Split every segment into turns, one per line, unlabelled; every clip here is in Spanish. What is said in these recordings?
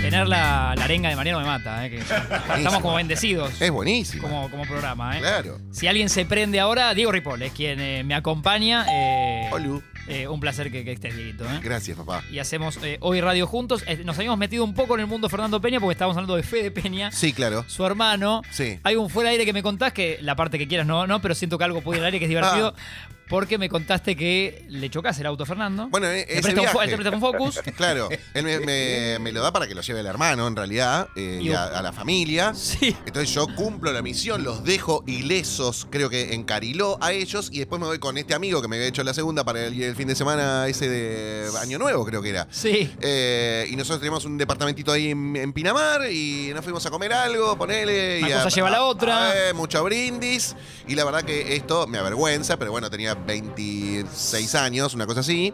Tener la, la arenga de Mariano me mata, ¿eh? que estamos como bendecidos
Es buenísimo.
como, como programa. ¿eh?
Claro.
Si alguien se prende ahora, Diego Ripoll es quien eh, me acompaña. eh,
Olu.
eh, un placer que, que estés, Dieguito. ¿eh?
Gracias, papá.
Y hacemos eh, hoy radio juntos. Eh, nos habíamos metido un poco en el mundo Fernando Peña porque estábamos hablando de Fede Peña,
Sí, claro.
su hermano.
Sí.
Hay un fuera de aire que me contás, que la parte que quieras no, no, pero siento que algo puede ir al aire que es divertido. Porque me contaste que le chocás el auto a Fernando.
Ah. Bueno, e-
Me
ese
presta un fo-
viaje.
él te presta un focus.
Claro, él me, me- me lo da para que lo lleve el hermano, en realidad, eh,
Y
y a,
vos-
a la familia.
Sí.
Entonces yo cumplo la misión, los dejo ilesos, creo que en Cariló a ellos, y después me voy con este amigo que me había hecho la segunda para el, el fin de semana ese de Año Nuevo, creo que era.
Sí.
Eh, y nosotros teníamos un departamentito ahí en, en Pinamar y nos fuimos a comer algo, ponele.
Una
y
cosa lleva a la otra.
a ver, mucho brindis. Y la verdad que esto me avergüenza, pero bueno, tenía 26 años, una cosa así.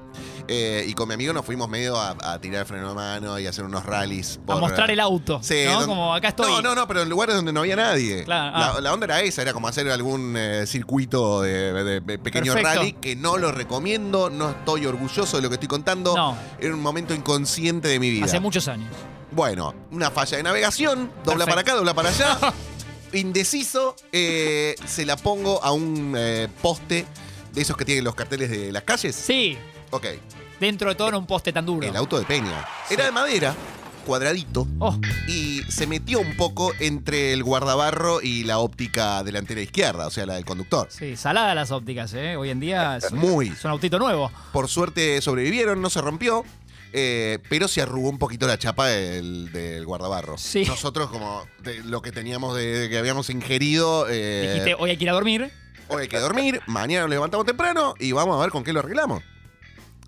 Eh, y con mi amigo nos fuimos medio a, a tirar freno de mano y hacer unos rallies.
A
por-
mostrar el auto.
Sí,
¿no?
don-
Como acá estoy.
No, no, no, pero en lugares donde no había nadie.
Claro,
la,
ah.
la onda era esa, era como hacer algún eh, circuito de, de- de pequeño
Perfecto.
rally que no lo recomiendo, no estoy orgulloso de lo que estoy contando.
No.
Era un momento inconsciente de mi vida.
Hace muchos años.
Bueno, una falla de navegación, dobla
Perfecto.
para acá, dobla para allá. Indeciso, eh, se la pongo a un eh, poste de esos que tienen los carteles de las calles.
Sí.
Ok,
Dentro de todo no un poste tan duro.
el auto de Peña.
Sí.
Era de madera, cuadradito,
Oh,
y se metió un poco entre el guardabarro y la óptica delantera izquierda, o sea, la del conductor.
sí, salada las ópticas, ¿eh? Hoy en día es,
Muy.
es un autito nuevo.
Por suerte sobrevivieron, no se rompió. eh, pero se arrugó un poquito la chapa del, del guardabarro.
Sí.
Nosotros, como de lo que teníamos, de, de que habíamos ingerido, eh,
Dijiste, hoy hay que ir a dormir.
hoy hay que dormir, mañana nos levantamos temprano y vamos a ver con qué lo arreglamos.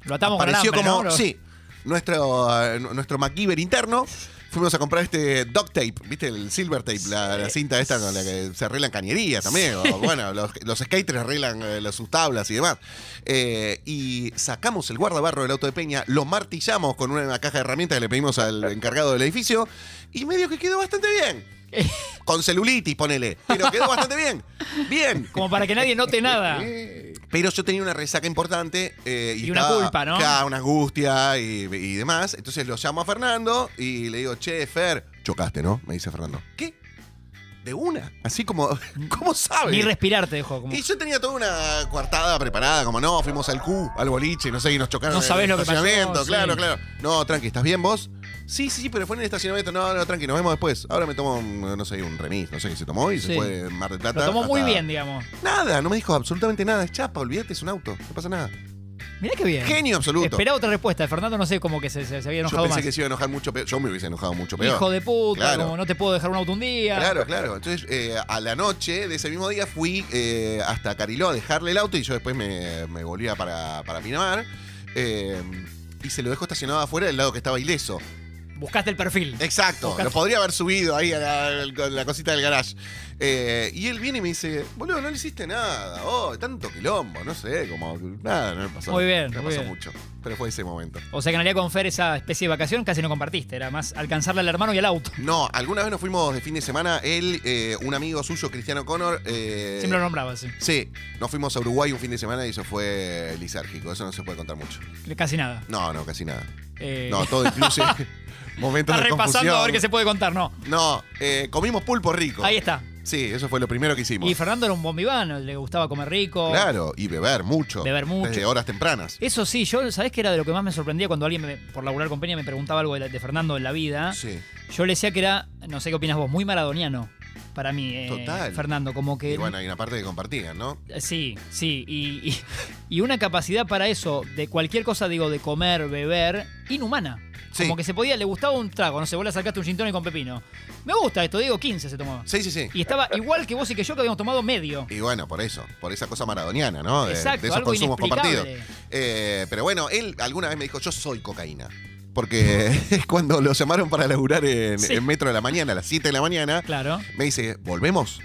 Lo atamos
Pareció
con alambre,
como,
¿no? Lo-
sí, nuestro, eh, nu- nuestro MacGyver interno. Fuimos a comprar este duct tape, ¿viste? El silver tape, la, la cinta esta con la que se arreglan cañerías también. o, bueno, los, los skaters arreglan eh, las- sus tablas y demás. Eh, y sacamos el guardabarro del auto de Peña, lo martillamos con una caja de herramientas que le pedimos al encargado del edificio y medio que quedó bastante bien. Con celulitis, ponele. Pero quedó bastante bien. Bien.
Como para que nadie note nada.
Pero yo tenía una resaca importante. eh, y
Y una
estaba
culpa, ¿no?
acá, una angustia y, y demás. Entonces lo llamo a Fernando y le digo, che, Fer, chocaste, ¿no? Me dice Fernando. ¿Qué? ¿De una? Así como, ¿cómo
Ni
sabes?
respirar te dejó. Como,
Y yo tenía toda una coartada preparada, como no, fuimos al Q, al boliche, no sé, y nos chocaron.
No
en el
sabés lo que pasó,
estacionamiento,
sí.
Claro, claro. No, tranqui, ¿estás bien vos? Sí, sí, sí, pero fue en el estacionamiento. No, no, tranqui, nos vemos después. Ahora me tomo, un, no sé, un remis, no sé qué se tomó y
Sí.
se fue de Mar del Plata.
lo tomó muy
hasta-
bien, digamos.
Nada, no me dijo absolutamente nada. Es chapa, olvídate, es un auto, no pasa nada.
Mirá qué bien.
Genio absoluto.
Esperaba otra respuesta. Fernando no sé cómo que se, se- se había
Yo
enojado
pensé
más.
que se iba a enojar mucho peor. Yo me hubiese enojado mucho peor.
Hijo de puta,
Claro.
como no te puedo dejar un auto un día.
Claro, claro. Entonces, eh, a la noche de ese mismo día fui eh, hasta Cariló a dejarle el auto y yo después me, me volvía para, para Pinamar. eh, y se lo dejó estacionado afuera del lado que estaba ileso.
Buscaste el perfil.
Exacto.
Ojalá.
Lo podría haber subido ahí a la, con la cosita del garage. Eh, y él viene y me dice, boludo, no le hiciste nada. Oh, tanto quilombo, no sé, como nada, no me pasó.
Muy bien,
No me
muy
pasó
bien.
mucho. Pero fue ese momento.
O sea que en realidad con Fer esa especie de vacación casi no compartiste. Era más alcanzarle al hermano y al auto.
No, alguna vez nos fuimos de fin de semana, él, eh, un amigo suyo, Cristiano Connor. eh,
Siempre lo nombraba, sí.
Sí, nos fuimos a Uruguay un fin de semana y eso fue lisérgico. Eso no se puede contar mucho.
Casi nada.
No, no, casi nada.
Eh,
No, todo incluye momentos
Está
de
repasando
confusión.
a ver qué se puede contar, no.
No, eh, comimos pulpo rico.
Ahí está.
Sí, eso fue lo primero que hicimos.
Y Fernando era un bombivano, le gustaba comer rico.
Claro, y beber mucho.
Beber mucho.
Desde horas tempranas.
Eso sí, yo, ¿sabés qué era de lo que más me sorprendía cuando alguien, me- por laburar con Peña, me preguntaba algo de, la- de Fernando en la vida?
Sí.
Yo le decía que era, no sé qué opinas vos, muy maradoniano para mí, eh,
Total.
Fernando. Como que.
Y bueno, hay una parte que compartían, ¿no?
Eh, Sí, sí. Y, y- y una capacidad para eso, de cualquier cosa, digo, de comer, beber, inhumana.
Sí.
Como que se podía, le gustaba un trago, no sé, vos le sacaste un gin tonic con pepino. Me gusta esto, digo, 15 se tomó.
Sí, sí, sí.
Y estaba igual que vos y que yo que habíamos tomado medio.
Y bueno, por eso, por esa cosa maradoniana, ¿no? De,
Exacto,
de esos
algo
consumos
inexplicable.
compartidos. Eh, pero bueno, él alguna vez me dijo, yo soy cocaína. Porque es cuando lo llamaron para laburar en,
Sí.
en Metro de la mañana, a las 7 de la mañana,
Claro.
me dice, ¿volvemos?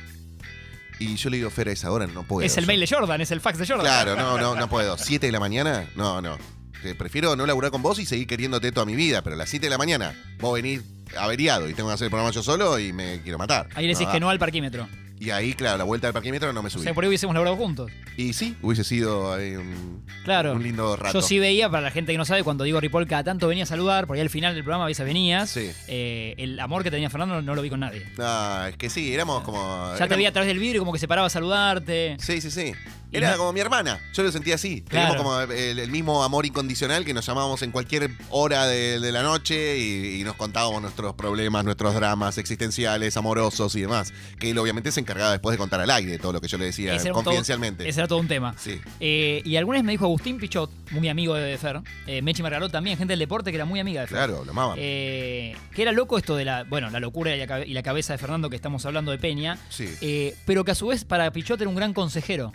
Y yo le digo, Fera, a esa hora no puedo.
es el
Yo-
mail de Jordan, es el fax de Jordan.
Claro, no, no, no puedo. ¿7 de la mañana? No, no. Eh, Prefiero no laburar con vos y seguir queriéndote toda mi vida, pero a las 7 de la mañana vos venís averiado y tengo que hacer el programa yo solo y me quiero matar.
Ahí le decís
No,
que
da.
no al parquímetro.
Y ahí, claro, la vuelta del parquímetro no me
O
subí.
sea, por ahí hubiésemos laburado juntos.
Y sí, hubiese sido ahí un,
Claro.
un lindo rato.
Yo sí veía, para la gente que no sabe, cuando digo Ripoll, cada tanto venía a saludar, por ahí al final del programa a veces venías.
Sí.
Eh, el amor que tenía Fernando no, no lo vi con nadie.
Ah, es que sí, éramos como.
Ya te
Ah, éramos-
veía a través del vidrio, como que se paraba a saludarte.
Sí, sí, sí.
Y
Era
no-
como mi hermana. Yo lo sentía así.
Claro.
Teníamos como el, el mismo amor incondicional que nos llamábamos en cualquier hora de, de la noche y, y nos contábamos nuestros problemas, nuestros dramas existenciales, amorosos y demás. Que él obviamente se encargaba después de contar al aire todo lo que yo le decía
Ese era un todo-
confidencialmente.
Ese era todo un tema.
Sí.
Eh, y alguna vez me dijo Agustín Pichot, muy amigo de Fer, eh, Mechi Margarot también, gente del deporte que era muy amiga de Fer.
Claro, lo amaba.
Eh, que era loco esto de la, bueno, la locura y la, cabe- y la cabeza de Fernando que estamos hablando de Peña,
sí.
eh, pero que a su vez para Pichot era un gran consejero.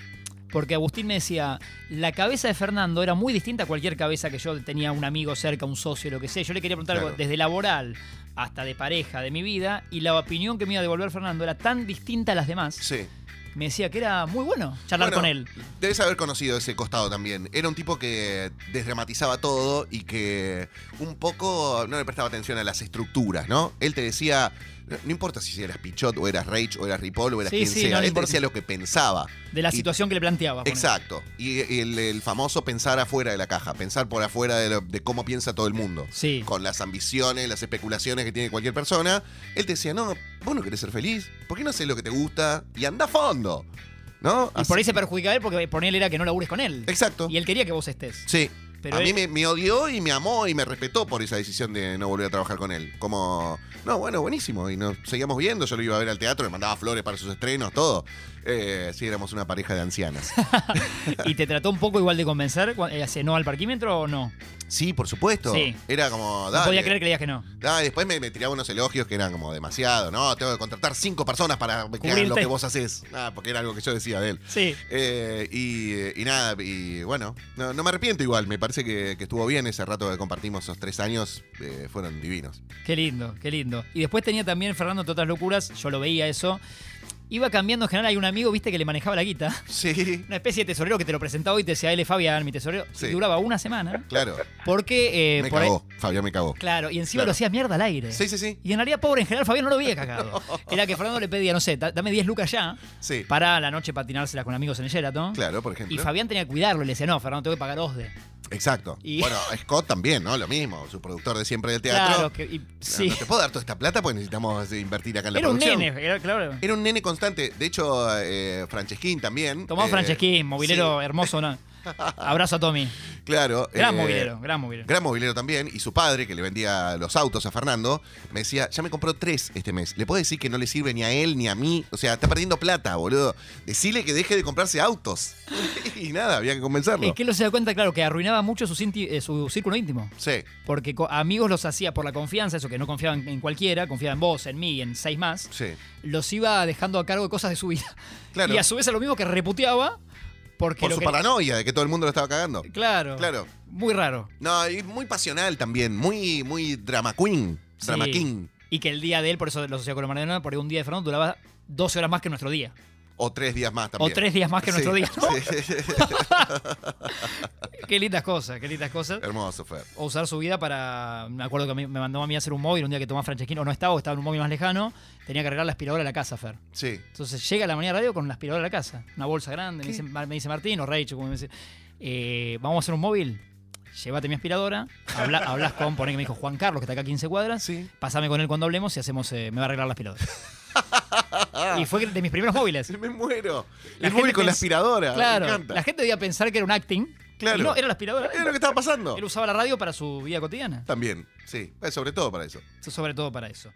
Porque Agustín me decía, la cabeza de Fernando era muy distinta a cualquier cabeza que yo tenía un amigo cerca, un socio, lo que sea. Yo le quería preguntar
Claro.
algo desde laboral hasta de pareja, de mi vida, y la opinión que me iba a devolver Fernando era tan distinta a las demás.
sí.
Me decía que era muy bueno charlar
Bueno,
con él.
Debes haber conocido ese costado también. Era un tipo que desdramatizaba todo y que un poco no le prestaba atención a las estructuras, ¿no? Él te decía, no no importa si eras Pichot o eras Rage o eras Ripoll o eras
Sí,
quien
sí,
sea,
no le
él te
importa.
decía lo que pensaba.
De la
Y-
situación que le planteaba. ponele.
Exacto. Y el, el famoso pensar afuera de la caja, pensar por afuera de, lo- de cómo piensa todo el mundo.
Sí.
Con las ambiciones, las especulaciones que tiene cualquier persona. Él te decía, no, vos no querés ser feliz, ¿por qué no haces lo que te gusta? Y anda a fondo. ¿No?
Y por
Así-
ahí se perjudicaba él porque por él era que no labures con él.
Exacto.
Y él quería que vos estés.
Sí.
Pero
a mí
él-
me, me odió y me amó y me respetó por esa decisión de no volver a trabajar con él. Como, no, bueno, buenísimo. Y nos seguíamos viendo. Yo lo iba a ver al teatro, le mandaba flores para sus estrenos, todo. Eh, sí, éramos una pareja de ancianas.
¿Y te trató un poco igual de convencer? cu- eh, ¿Hace no al parquímetro o no?
Sí, por supuesto.
Sí.
Era como,
No
dale.
podía creer que le digas que no.
Ah, y después me, me tiraba unos elogios que eran como demasiado, ¿no? Tengo que contratar cinco personas para que hagan lo
Cubrirte.
que vos haces. Ah, porque era algo que yo decía de él.
Sí.
Eh, y, y nada, y bueno, no, no me arrepiento igual, me parece que, que estuvo bien ese rato que compartimos esos tres años, eh, fueron divinos.
Qué lindo, qué lindo. Y después tenía también Fernando entre otras locuras, yo lo veía eso. Iba cambiando en general, hay un amigo, viste, que le manejaba la guita.
Sí,
Una especie de tesorero que te lo presentaba y te decía, él es Fabián, mi tesorero.
Sí.
Y duraba una semana.
claro.
Porque. eh,
me
por ahí-
cagó, Fabián me cagó.
claro, y encima
Claro.
lo hacía mierda al aire.
Sí, sí, sí.
Y en realidad, pobre, en general, Fabián no lo había cagado. Era que Fernando le pedía, no sé, "Da- dame 10 lucas ya
Sí,
para la noche patinársela con amigos en el Sheraton.
claro, por
Y
ejemplo.
Fabián tenía que cuidarlo. Y le decía, no, Fernando, tengo que pagar OSDE.
Exacto.
Y-
Bueno, Scott también, ¿no? Lo mismo, su productor de siempre del teatro.
Claro, que, y- sí.
No te puedo dar toda esta plata porque necesitamos eh, invertir acá en la
Era un
producción.
nene, era- claro.
Era un nene constante. De hecho, eh, Franceschín también.
Tomás
eh,
Franceschín, movilero hermoso, ¿no? Abrazo a Tommy.
sí, claro.
Gran
eh,
movilero, gran movilero.
Gran movilero también, y su padre, que le vendía los autos a Fernando, me decía, ya me compró tres este mes. Le puedo decir que no le sirve ni a él ni a mí. O sea, está perdiendo plata, boludo. Decile que deje de comprarse autos. y nada, había que convencerlo.
Es que él no se da cuenta, claro, que arruinaba mucho su, cinti- eh, su círculo íntimo.
Sí,
Porque co- amigos los hacía por la confianza, eso que no confiaban en cualquiera, confiaban en vos, en mí, en seis más.
sí.
Los iba dejando a cargo de cosas de su vida.
Claro.
Y a su vez a lo mismo que reputeaba porque
Por
lo
su
que-
paranoia de que todo el mundo lo estaba cagando.
Claro.
Claro.
Muy raro.
No, y muy pasional también, muy, muy drama queen. Drama
Sí.
king.
Y que el día de él, por eso lo asociaba con la Mariana, porque un día de Fernando duraba 12 horas más que nuestro día.
O tres días más también.
O tres días más que nuestro
Sí,
día. ¿no?
sí.
Qué lindas cosas, qué lindas cosas.
Hermoso, Fer.
O usar su vida para. Me acuerdo que a mí- me mandó a mí a hacer un móvil un día que Tomás Franceschino no estaba o estaba en un móvil más lejano. Tenía que arreglar la aspiradora de la casa, Fer.
Sí.
Entonces llega a la mañana radio con la aspiradora de la casa. Una bolsa grande. Me
¿Qué?
dice, Mar- me dice Martín o Rachel, como me dice. eh, Vamos a hacer un móvil. Llévate mi aspiradora. Habla, hablas con. Poné que me dijo Juan Carlos, que está acá a 15 cuadras.
Sí.
Pásame con él cuando hablemos y hacemos. eh, me va a arreglar la aspiradora. y fue de mis primeros móviles.
Me muero.
La
el móvil
gente
con la
pens-
aspiradora. me
Claro,
encanta.
la gente debía pensar que era un acting.
Claro.
Y no, era la aspiradora.
Era lo que estaba pasando.
Él usaba la radio para su vida cotidiana.
También, sí. Eh, Sobre todo para eso.
Sobre todo para eso.